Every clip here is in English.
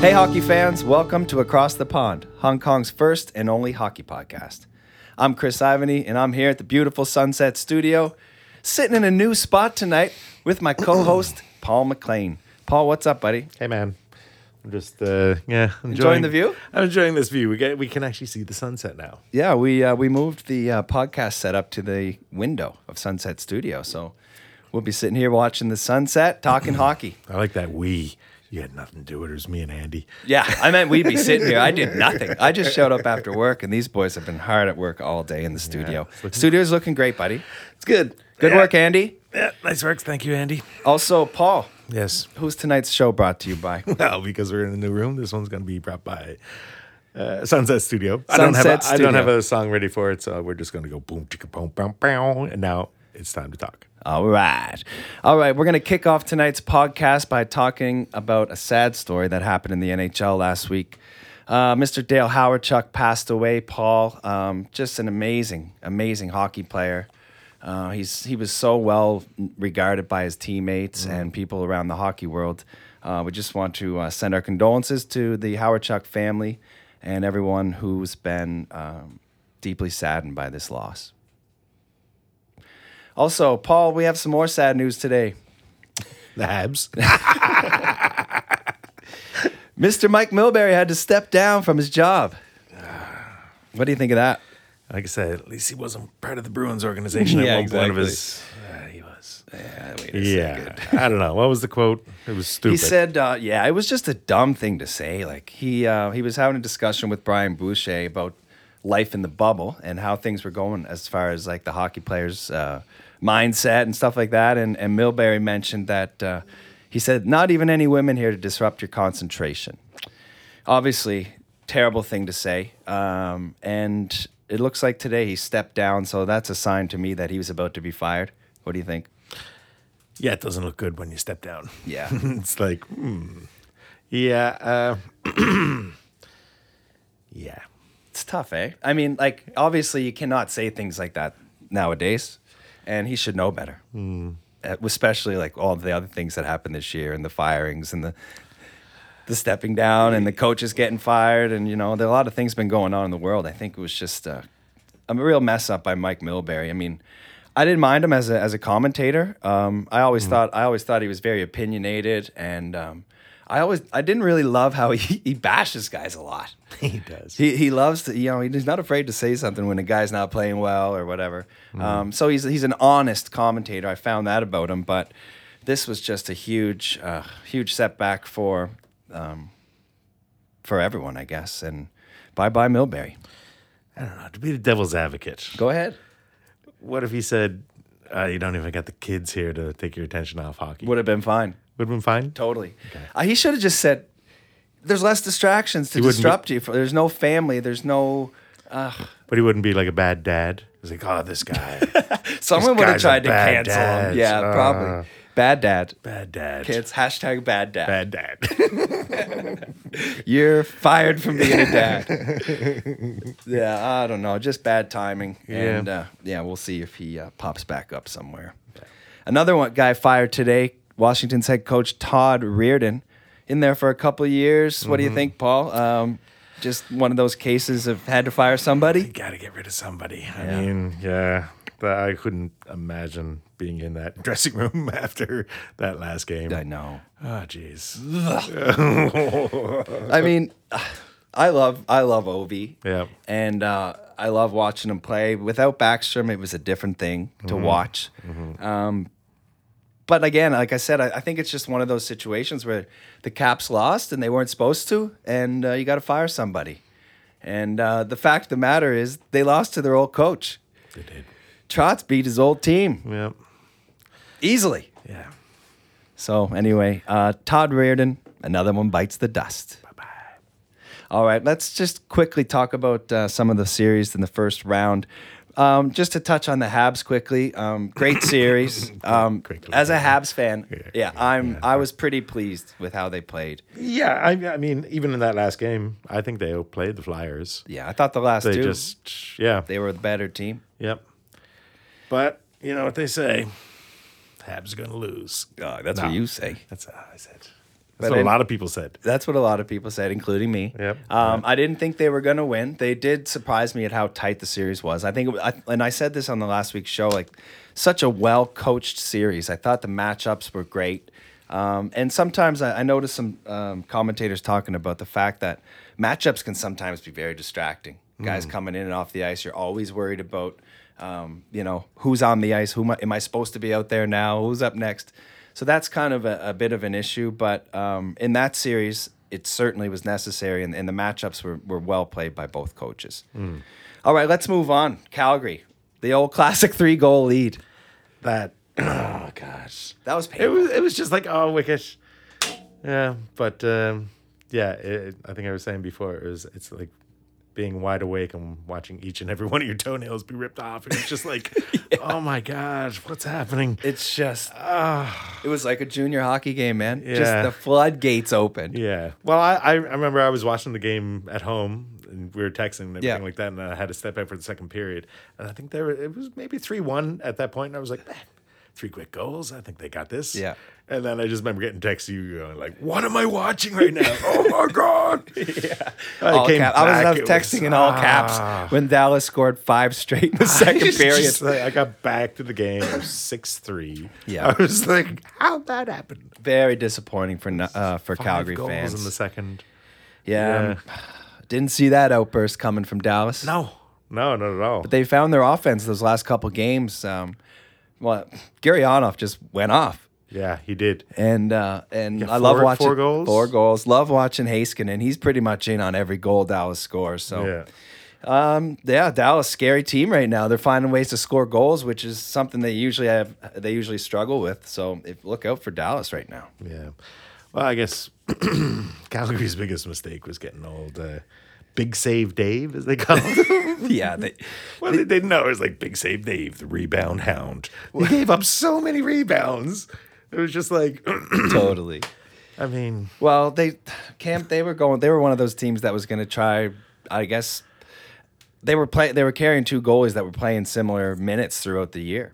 Hey, hockey fans, welcome to Across the Pond, Hong Kong's first and only hockey podcast. I'm Chris Ivany, and I'm here at the beautiful Sunset Studio, sitting in a new spot tonight with my co host, Paul McLean. Paul, what's up, buddy? Hey man, I'm just uh, yeah enjoying, the view? I'm enjoying this view. We get we can actually see the sunset now. Yeah, we, uh, we moved the uh, podcast setup to the window of Sunset Studio. So we'll be sitting here watching the sunset, talking hockey. I like that we. You had nothing to do with it. It was me and Andy. Yeah, I meant we'd be sitting here. I did nothing. I just showed up after work, and these boys have been hard at work all day in the studio. Studio's looking great, buddy. It's good. Good work, Andy. Yeah, nice work. Thank you, Andy. Also, Paul, Yes. who's tonight's show brought to you by? Well, because we're in a new room, this one's going to be brought by uh, Sunset Studio. I don't have a, Sunset I don't have Studio. a song ready for it, so we're just going to go boom chicka boom boom boom, and now it's time to talk. All right. All right. We're going to kick off tonight's podcast by talking about a sad story that happened in the NHL last week. Uh, Mr. Dale Howard Chuck passed away, Paul. Um, just an amazing, amazing hockey player. Uh, he's he was so well regarded by his teammates and people around the hockey world. Uh, we just want to uh, send our condolences to the Howard Chuck family and everyone who's been um, deeply saddened by this loss. Also, Paul, we have some more sad news today. The Habs. Mr. Mike Milbury had to step down from his job. What do you think of that? like I said, at least he wasn't part of the Bruins organization at Yeah, one point of exactly. his. Uh, he was. Yeah, I don't know. What was the quote? It was stupid. He said, uh, "Yeah, it was just a dumb thing to say." Like he uh, he was having a discussion with Brian Boucher about life in the bubble and how things were going as far as like the hockey players' uh, mindset and stuff like that. And and Milbury mentioned that uh, he said, "Not even any women here to disrupt your concentration." Obviously, terrible thing to say. Um, and it looks like today he stepped down, so that's a sign to me that he was about to be fired. What do you think? Yeah, it doesn't look good when you step down. Yeah. it's like, hmm. Yeah. Uh, yeah. It's tough, eh? I mean, like, obviously, you cannot say things like that nowadays, and he should know better. Uh, Especially like all the other things that happened this year, and the firings, and the the stepping down, and the coaches getting fired, and you know, there are a lot of things been going on in the world. I think it was just uh, a real mess up by Mike Milbury. I mean, I didn't mind him as a as a commentator. Um, I always thought I always thought he was very opinionated, and um, I always I didn't really love how he, he bashes guys a lot. He does. He, he loves to, you know, he's not afraid to say something when a guy's not playing well or whatever. Mm-hmm. Um, so he's, he's an honest commentator. I found that about him, but this was just a huge, uh, huge setback for, um, for everyone, I guess. And bye bye, Milbury. I don't know. To be the devil's advocate, Go ahead. what if he said, uh, "You don't even got the kids here to take your attention off hockey"? Would Would have been fine. have been fine. Totally. Uh, he should have just said, there's less distractions to wouldn't be- disrupt you. For, there's no family. There's no. But he wouldn't be like a bad dad. He's like, "Oh, this guy, Someone would have guy's a tried to bad cancel dad. him. Yeah, Uh. probably. Bad dad. bad dad, Kids, hashtag bad dad. bad dad." You're fired from being a dad. yeah, I don't know. Just bad timing. And Yeah. uh, yeah, we'll see if he uh, pops back up somewhere. Another one guy fired today, Washington's head coach Todd Reardon. In there for a couple of years. What do you think, Paul? Um, just one of those cases of had to fire somebody? got to get rid of somebody. I mean, yeah, but I couldn't imagine being in that dressing room after that last game. I know. Oh, jeez. I mean, I love I love Ovi. Yeah. And uh, I love watching him play. Without Backstrom, it was a different thing to watch. Um, but again, like I said, I, I think it's just one of those situations where the Caps lost and they weren't supposed to, and uh, you got to fire somebody. And uh, the fact of the matter is, they lost to their old coach. They did. Trotz beat his old team Yeah. easily. Yeah. So anyway, uh, Todd Reardon, another one bites the dust. Bye bye. All right, let's just quickly talk about uh, some of the series in the first round. Um, just to touch on the Habs quickly, um, great series. Um, Quickly, as a yeah. Habs fan, yeah, I'm. I was pretty pleased with how they played. Yeah. I, I mean, even in that last game, I think they outplayed the Flyers. Yeah, I thought the last They two just, yeah. they were the better team. yep. But you know what they say Habs are going to lose. that's what what you say. That's how I said. That's what a lot of people said. That's what a lot of people said, including me. Yep. Um, I didn't think they were going to win. They did surprise me at how tight the series was. I think, it was, I, and I said this on the last week's show, like such a well coached series. I thought the matchups were great. Um, and sometimes I, I noticed some um, commentators talking about the fact that matchups can sometimes be very distracting. Guys coming in and off the ice, you're always worried about, um, you know, who's on the ice, who am I, am I supposed to be out there now, who's up next. So that's kind of a, a bit of an issue. But um, in that series, it certainly was necessary, and, and the matchups were, were well played by both coaches. Hmm. All right, let's move on. Calgary, the old classic three goal lead. That oh gosh, That was it painful. was it was just like oh wickish, yeah. But um, yeah, it, I think I was saying before it was it's like being wide awake and watching each and every one of your toenails be ripped off. and It's just like oh my gosh, what's happening? Ah. It's just, it was like a junior hockey game, man. Just Yeah. the floodgates opened. Yeah. Well, I, I remember I was watching the game at home and we were texting and everything Yeah. like that, and I had to step out for the second period. And I think there were, it was maybe 3 1 at that point, and I was like, man, three quick goals. I think they got this. Yeah. And then I just remember getting texts to you going, like, what am I watching right now? oh my God. yeah. I, All cap- I was, I back, was it texting in all ah. caps when Dallas scored five straight in the second It's period. just like, I got back to the game. It was 6 3. Yeah. I was like, how'd that happen? Very disappointing for no- uh, for Five Calgary goals fans. in the second. yeah, didn't see that outburst coming from Dallas. No. No, not at all. they found their offense those last couple games. Um, well, Garyanov just went off, yeah, he did. and uh, and I four- love watching four goals? Four goals. Love watching Haskin, and he's pretty much in on every goal Dallas scores. So um, Yeah. Yeah, Dallas scary team right now. They're finding ways to score goals, which is something they usually have. They usually struggle with. So if, look out for Dallas right now. Yeah. Well, I guess Calgary's biggest mistake was getting old uh, Big Save Dave, as they call him. yeah, they, well, they didn't know it was like Big Save Dave, the rebound hound. He gave up so many rebounds. It was just like, totally. I mean, Well, they camp. They were going. They were one of those teams that was going to try. I guess they were play. They were carrying two goalies that were playing similar minutes throughout the year,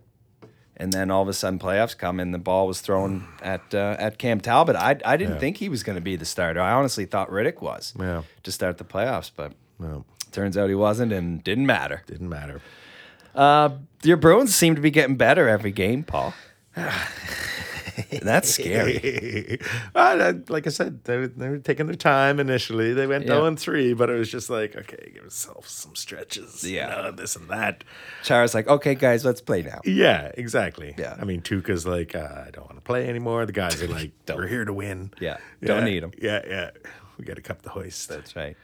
and then all of a sudden playoffs come and the ball was thrown at uh, at Cam Talbot. I I didn't Yeah. think he was going to be the starter. I honestly thought Riddick was. Yeah. To start the playoffs, but no, turns out he wasn't, and didn't matter. Uh, didn't matter. Your Bruins seem to be getting better every game, Paul. That's scary. Well, I- uh, like I said, they were, they were taking their time initially. They went Yeah. 0 and 3, but it was just like, okay, give yourself some stretches. you Yeah. know, this and that. Chara's like, okay, guys, let's play now. Yeah, exactly. Yeah. I mean, Tuca's like, uh, I don't want to play anymore. The guys are like, we're here to win. Yeah, don't need 'em. Yeah, yeah. We got to cup the hoist. That's right.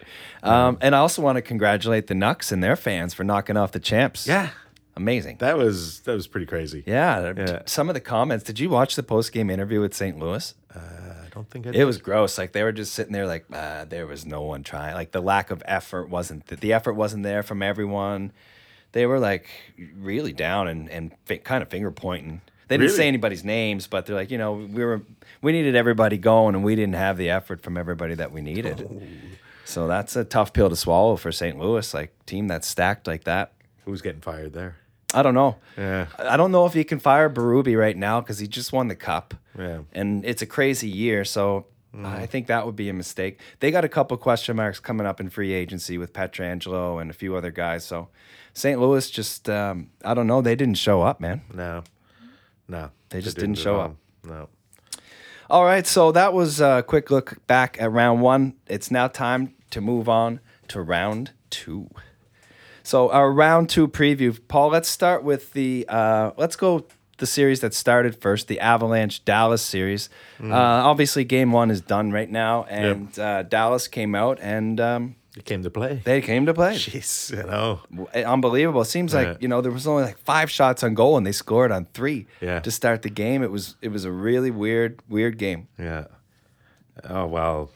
Um, and I also want to congratulate the Nucks and their fans for knocking off the champs. yeah, Amazing. that was that was pretty crazy. yeah, Yeah. Some of the comments. Did you watch the post game interview with St. Louis? I don't think I It was gross. Like they were just sitting there, like uh, there was no one trying. Like the lack of effort wasn't th- the effort wasn't there from everyone. They were like really down and and fi- kind of finger pointing. They didn't say Really? anybody's names, but they're like, you know, we were we needed everybody going, and we didn't have the effort from everybody that we needed. So that's a tough pill to swallow for St. Louis, like team that's stacked like that. Who's getting fired there? I don't know. Yeah. I I don't know if you can fire Baruby right now because he just won the cup. Yeah. Mm-hmm. And it's a crazy year, so I think that would be a mistake. They got a couple question marks coming up in free agency with Petrangelo and a few other guys. So St. Louis just um, I don't know. They didn't show up, man. No, no. They just didn't at show all. up. No. All right, so that was a quick look back at round one. It's now time to move on to round two. So our round two preview, Paul. Let's start with the uh, let's go the series that started first, the Avalanche Dallas series. Uh, obviously, game one is done right now, and uh, Dallas came out and um, It came to play. they came to play. uh, Jeez, you know. Unbelievable. It seems like Yeah. you know there was only like five shots on goal, and they scored on three Yeah. to start the game. It was it was a really weird weird game. Yeah. Oh well,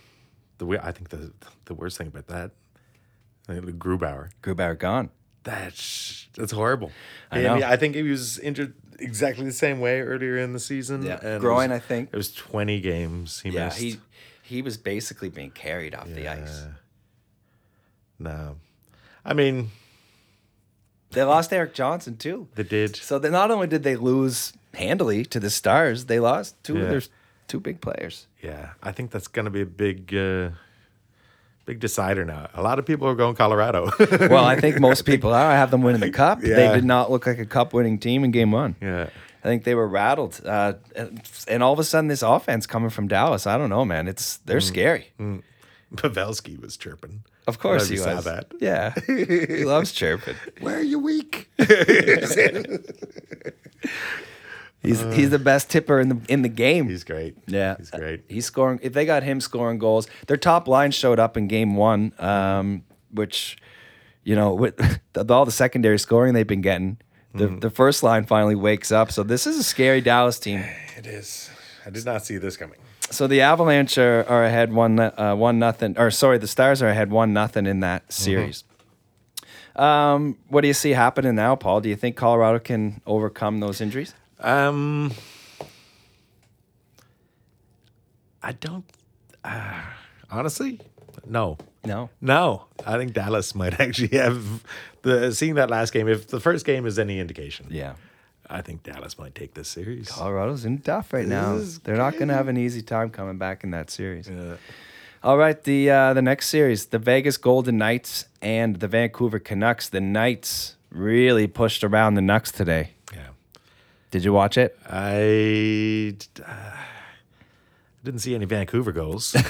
the we- I think the the worst thing about that, I think Grubauer. Grubauer gone. That's that's horrible. I I, know. mean, I think he was injured exactly the same way earlier in the season. Yeah. it Groin, was- I think. It was 20 games he Yeah, missed. Uh, he he was basically being carried off the ice. No. I mean, They lost Eric Johnson too. they did. So they, not only did they lose handily to the Stars, they lost two Yeah. of their Two big players. Yeah, I think that's going to be a big, uh, big decider now. A lot of people are going Colorado. Well, I think most people are. I have them winning the cup. They Yeah. did not look like a cup winning team in game one. yeah, I think they were rattled. Uh, and all of a sudden, this offense coming from Dallas, I don't know, man. It's They're Mm. scary. Pavelski was chirping. Of course I he saw was. that. Yeah. he loves chirping. Where are you weak? He's, he's the best tipper in the in the game. Uh. He's great. Yeah, he's uh, great. He's scoring. If they got him scoring goals, their top line showed up in game one, um, which you know, with the, all the secondary scoring they've been getting, the, Mm-hmm. the first line finally wakes up. So this is a scary Dallas team. It is. I did not see this coming. So the Avalanche are, are ahead one uh, one nothing, or sorry, the Stars are ahead one nothing in Mm-hmm. that series. Um, what do you see happening now, Paul? Do you think Colorado can overcome those injuries? Um, I don't. Uh, honestly, no, No. no. I think Dallas might actually have the seeing that last game. If the first game is any indication, Yeah. I think Dallas might take this series. Colorado's in tough right now. is They're not going to have an easy time coming back in that series. Uh, All right, the uh, the next series, the Vegas Golden Knights and the Vancouver Canucks. The Knights really pushed around the Knucks today. Yeah, Did you watch it? I uh, didn't see any Vancouver goals.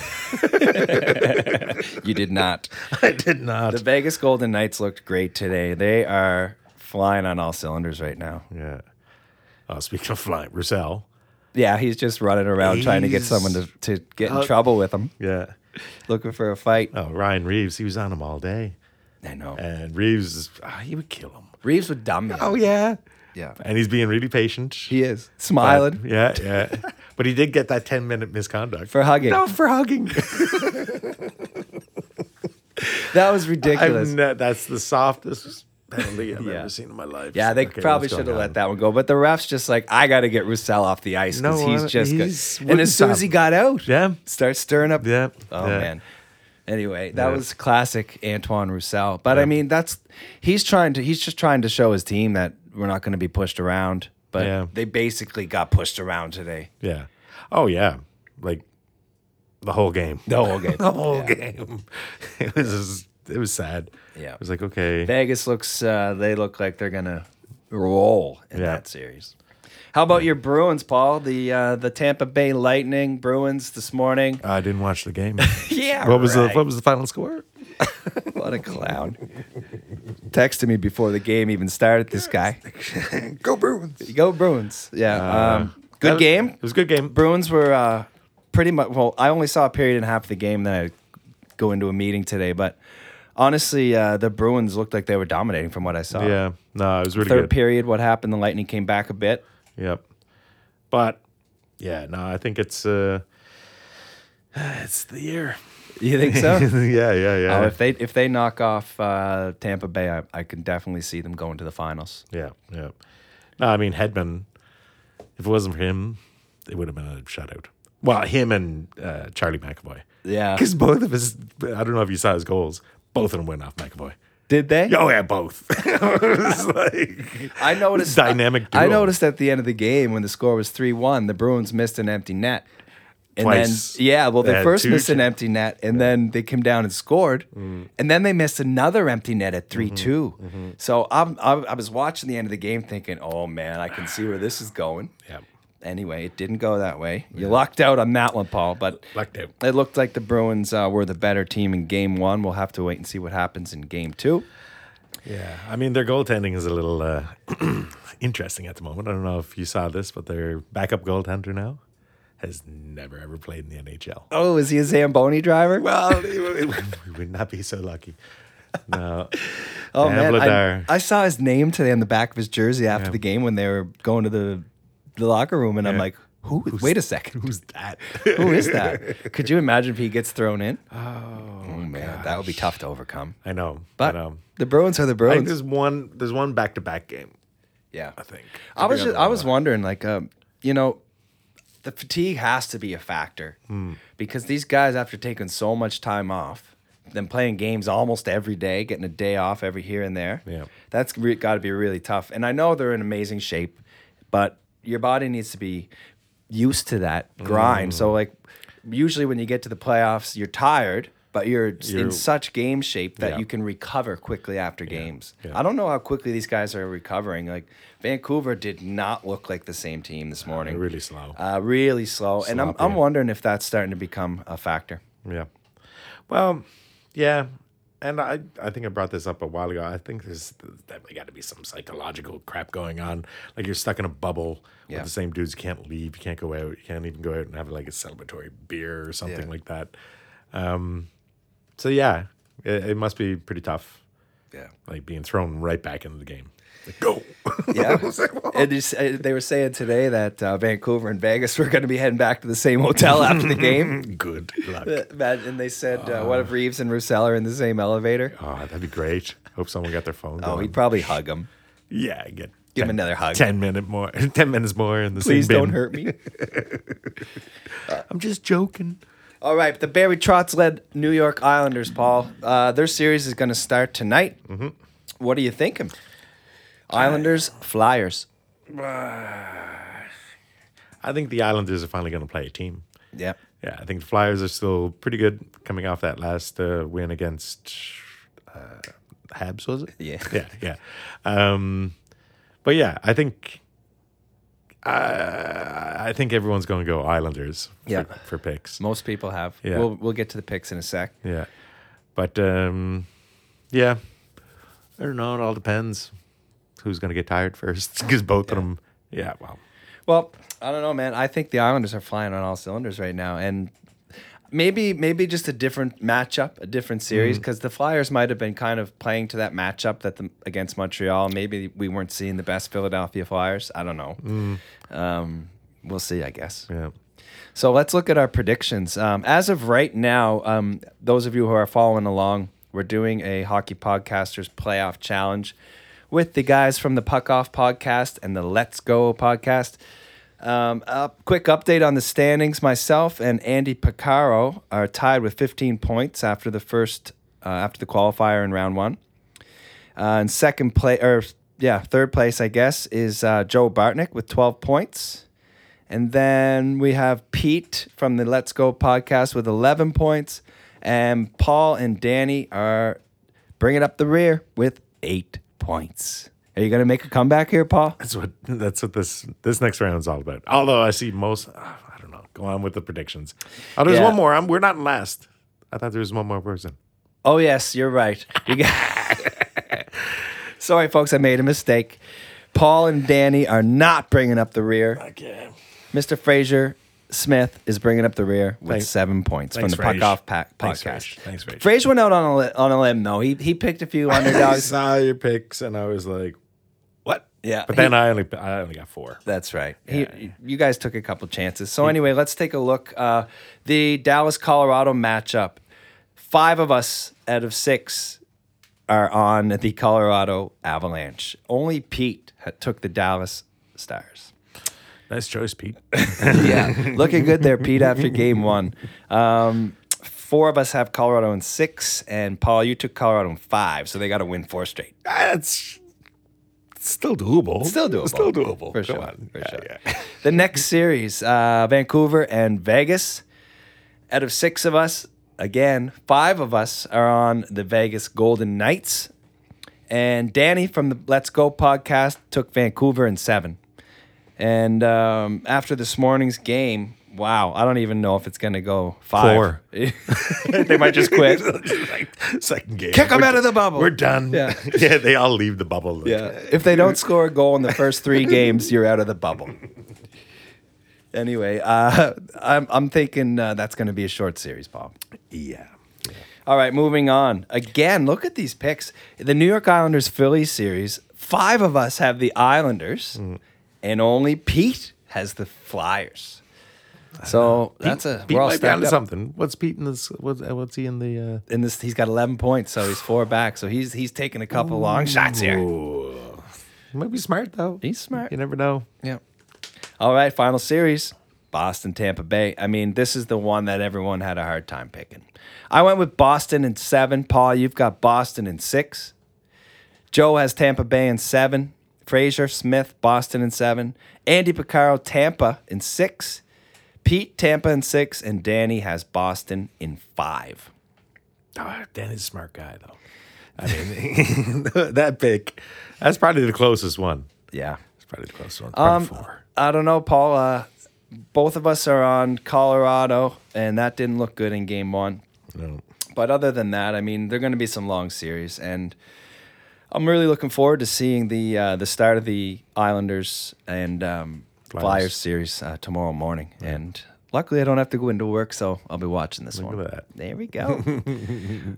You did not. I did not. the Vegas Golden Knights looked great today. They are flying on all cylinders right now. yeah. Oh, speaking of flying, Roussel. Yeah, he's just running around trying to get He's- someone to, to get in Uh, trouble with him, Yeah. looking for a fight. Oh, Ryan Reeves. He was on him all day. I know. And Reeves, is, ah, he would kill him. Reeves would dumb him. Oh yeah. Yeah. And he's being really patient. He is. Smiling. yeah, yeah. but he did get that 10 minute misconduct. For hugging. No, for hugging. That was I've ridiculous. ne- that's the softest penalty I've Yeah. ever seen in my life. Yeah, they Okay, probably what's should going have on? let that one go. But the ref's just like, I got to get Roussel off the ice because No, he's I- just he's- good. And wouldn't as soon as stop he him. got out, Yeah. start stirring up. Yeah, Oh yeah. man. Anyway, that Yeah. was classic Antoine Roussel. But I Yeah. mean, that's he's trying to he's just trying to show his team that we're not going to be pushed around. But Yeah. they basically got pushed around today. Yeah. Oh, yeah. Like the whole game. The whole game. The whole game. It was, just- it was sad. Yeah. It was like, okay. Vegas looks uh, they look like they're gonna roll in Yeah. that series. How about your Bruins, Paul? The uh, the Tampa Bay Lightning Bruins this morning. I didn't watch the game. Yeah, What was the right. what was the final score? What a clown! Texted me before the game even started. This guy, Go Bruins. go Bruins! Yeah, Uh, um, good game. It was a good game. Bruins were uh, pretty much. Well, I only saw a period and a half of the game. Then I go into a meeting today, but honestly, uh, the Bruins looked like they were dominating from what I saw. Yeah. No, it was really Uh, Third good. period, what happened? The Lightning came back a bit. Yep. But yeah, no, I think it's uh it's the year. You think so? yeah, yeah, yeah. Oh, if they if they knock off uh, Tampa Bay, I, I can definitely see them going to the finals. yeah, yeah. No, I mean Hedman, if it wasn't for him, it would have been a shutout. Well, him and uh, Charlie McAvoy. Yeah. Because both of his I don't know if you saw his goals, both of them went off McAvoy. Did they? Oh yeah, both. It was like I noticed Dynamic I, duo. noticed at the end of the game when the score was three one, the Bruins missed an empty net. And Twice. then yeah, well they, They had first two Mm. missed an chan- empty net and then they came down and scored. And then they missed another empty net at 3 2. Mm-hmm. So I'm, I, I was watching the end of the game thinking, oh man, I can see where this is going. Yeah. Anyway, it didn't go that way. You lucked out on that one, Paul. But Lucked out. It looked like the Bruins uh, were the better team in Game One. We'll have to wait and see what happens in Game Two. Yeah, I mean their goaltending is a little uh, interesting at the moment. I don't know if you saw this, but their backup goaltender now has never ever played in the NHL. Oh, is he a Zamboni driver? Well, we would not be so lucky. No, oh man, I, Vladar. I saw his name today on the back of his jersey after the game when they were going to the, the locker room, and I'm like, who? wait a second, who's that? who is that? Could you imagine if he gets thrown in? Oh, man, that would be tough to overcome. I know, But I know. the Bruins are the um, I think Bruins. there's one. There's one back-to-back game. yeah, I think. I was just, I was wondering, like, um, you know, the fatigue has to be a factor Hmm. because these guys, after taking so much time off, then playing games almost every day, getting a day off every here and there, Yeah. that's re- got to be really tough. And I know they're in amazing shape, but your body needs to be used to that grind. Mm. So like usually when you get to the playoffs, you're tired, but you're, s- You're- in such game shape that Yeah. you can recover quickly after games. yeah. I don't know how quickly these guys are recovering. Like Vancouver did not look like the same team this morning. really slow. Uh, really slow. And I'm, I'm Sloppy. wondering if that's starting to become a factor. Yeah. Well, yeah. And I, I think I brought this up a while ago. I think there's definitely got to be some psychological crap going on. Like you're stuck in a bubble Yeah. with the same dudes. You can't leave. You can't go out. You can't even go out and have like a celebratory beer or something Yeah. like that. Um, so yeah, it, it must be pretty tough. Yeah. Like being thrown right back into the game. Like go. Yeah. I was like, "Whoa." And it's- uh, they were saying today that uh, Vancouver and Vegas were going to be heading back to the same hotel after the game. Good luck. Uh, Matt, and they said, uh, what if Reeves and Roussel are in the same elevator? Oh, that'd be great. Hope someone got their phone. Oh, going. he'd probably hug him. Yeah, I get Give him another hug. 10 minute more 10 minutes more in the Please same bin. don't hurt me. I'm just joking. All right, but the Barry Trotz led New York Islanders, Paul. Uh, their series is going to start tonight. Mm-hmm. What are you thinking? Islanders, Flyers. I think the Islanders are finally going to play a team. Yep. Yeah, I think the Flyers are still pretty good coming off that last uh, win against uh, Habs, was it? Yeah. Yeah, yeah. Um, but yeah, I think uh, I think everyone's going to go Islanders for, Yeah. for picks. Most people have. Yeah. We'll, we'll get to the picks in a sec. Yeah. But um, yeah, I don't know. It all depends who's going to get tired first because both of them, yeah, well, Well, I don't know, man. I think the Islanders are flying on all cylinders right now, and maybe maybe just a different matchup, a different series, because the Flyers might have been kind of playing to that matchup that the, against Montreal. Maybe we weren't seeing the best Philadelphia Flyers. I don't know. Um, we'll see, I guess. yeah. So let's look at our predictions. Um, as of right now, um, those of you who are following along, we're doing a Hockey Podcasters Playoff Challenge with the guys from the Puck Off podcast and the Let's Go podcast. Um, up, quick update on the standings. Myself and Andy Picaro are tied with 15 points after the first, uh, after the qualifier in round one. Uh, and second place, or yeah, third place, I guess, is uh, Joe Bartnick with 12 points. And then we have Pete from the Let's Go podcast with 11 points. And Paul and Danny are bringing up the rear with eight points. Are you going to make a comeback here, Paul? That's what that's what this this next round's all about. Although I see most, ah, I don't know. Go on with the predictions. Oh, there's Yeah. one more. I'm, we're not in last. I thought there was one more person. Oh, yes, you're right. You got- Sorry, folks, I made a mistake. Paul and Danny are not bringing up the rear. Okay. Mr. Fraser Smith is bringing up the rear with Thanks- seven points thanks, from the Puck Frage. Off pa- Thanks, podcast. Frage. Thanks, Frage. Fraser went out on a, li- on a limb, though. He, he picked a few I underdogs. saw your picks and I was like, what? Yeah, But he- then I only I only got four. That's right. He- You guys took a couple chances. So anyway, let's take a look. Uh, the Dallas Colorado matchup. Five of us out of six are on the Colorado Avalanche. Only Pete ha- took the Dallas Stars. Nice choice, Pete. Yeah, looking good there, Pete. After game one, um, four of us have Colorado in six, and Paul, you took Colorado in five. So they got to win four straight. That's still doable. Still doable. Still doable. Go For sure. on. For Yeah, sure. yeah. The next series, uh, Vancouver and Vegas. Out of six of us, again, five of us are on the Vegas Golden Knights. And Danny from the Let's Go podcast took Vancouver in seven. And um, after this morning's game, wow, I don't even know if it's going to go five. Four. they might just quit. like second game. Kick 'em We're out of d- the bubble. We're done. Yeah. yeah, they all leave the bubble. Like, Yeah. If they don't score a goal in the first three games, you're out of the bubble. Anyway, uh, I'm, I'm thinking uh, that's going to be a short series, Paul. Yeah. All right, moving on. Again, look at these picks. The New York Islanders Philly series, five of us have the Islanders, and only Pete has the Flyers. So that's a Pete we're all might be stacked onto up. something. What's Pete in this? What's, uh, what's he in the? And this, he's got 11 points, so he's four back. So he's he's taking a couple long shots Uh... here. He might be smart though. He's smart. You never know. Yeah. All right, final series. Boston, Tampa Bay. I mean, this is the one that everyone had a hard time picking. I went with Boston in seven. Paul, you've got Boston in six. Joe has Tampa Bay in seven. Frazier, Smith, Boston in seven. Andy Picaro, Tampa in six. Pete, Tampa in six. And Danny has Boston in five. Oh, Danny's a smart guy, though. I mean, that pick, that's probably the closest one. Yeah. It's probably the closest one. Um, Probably four. I don't know, Paul. Uh, both of us are on Colorado, and that didn't look good in game one. No. But other than that, I mean, they're going to be some long series, and I'm really looking forward to seeing the uh, the start of the Islanders and um, Flyers. Flyers. series uh, tomorrow morning. And luckily, I don't have to go into work, so I'll be watching this one. at that. There we go.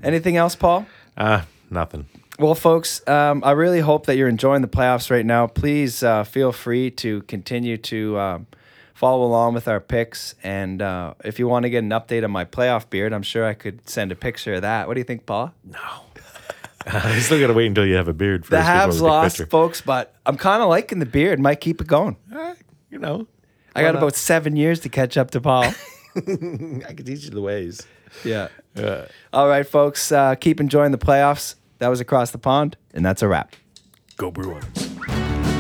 Anything else, Paul? Ah, nothing. Well, folks, um, I really hope that you're enjoying the playoffs right now. Please uh, feel free to continue to um, follow along with our picks. And uh, if you want to get an update on my playoff beard, I'm sure I could send a picture of that. What do you think, Paul? Uh, you still got to wait until you have a beard first. The before we Habs take lost, picture. folks, but I'm kind of liking the beard. Might keep it going. Ah, you know, I got not? about seven years to catch up to Paul. I can teach you the ways. yeah. Yeah. All right, folks, uh, keep enjoying the playoffs. That was Across the Pond, and that's a wrap. Go Bruins.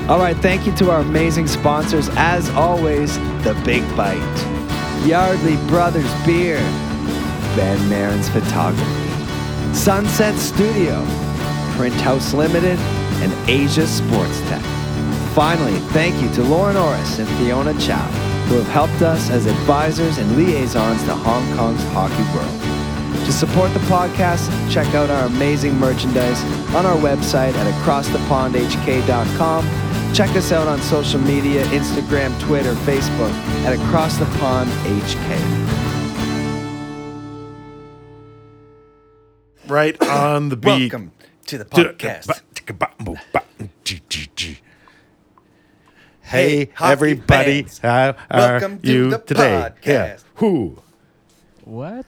All right, thank you to our amazing sponsors, as always, The Big Bite, Yardley Brothers Beer, Van Marin's Photography, Sunset Studio, Print House Limited, and Asia Sports Tech. Finally, thank you to Lauren Orris and Fiona Chow, who have helped us as advisors and liaisons to Hong Kong's hockey world. To support the podcast, check out our amazing merchandise on our website at acrossthepondhk.com. Check us out on social media Instagram, Twitter, Facebook at Across the Pond HK. Right on the beat. Welcome to the To the- podcast. Hey, Hey, hockey everybody. fans. How are Welcome to you the today? Yeah. podcast. Who? What?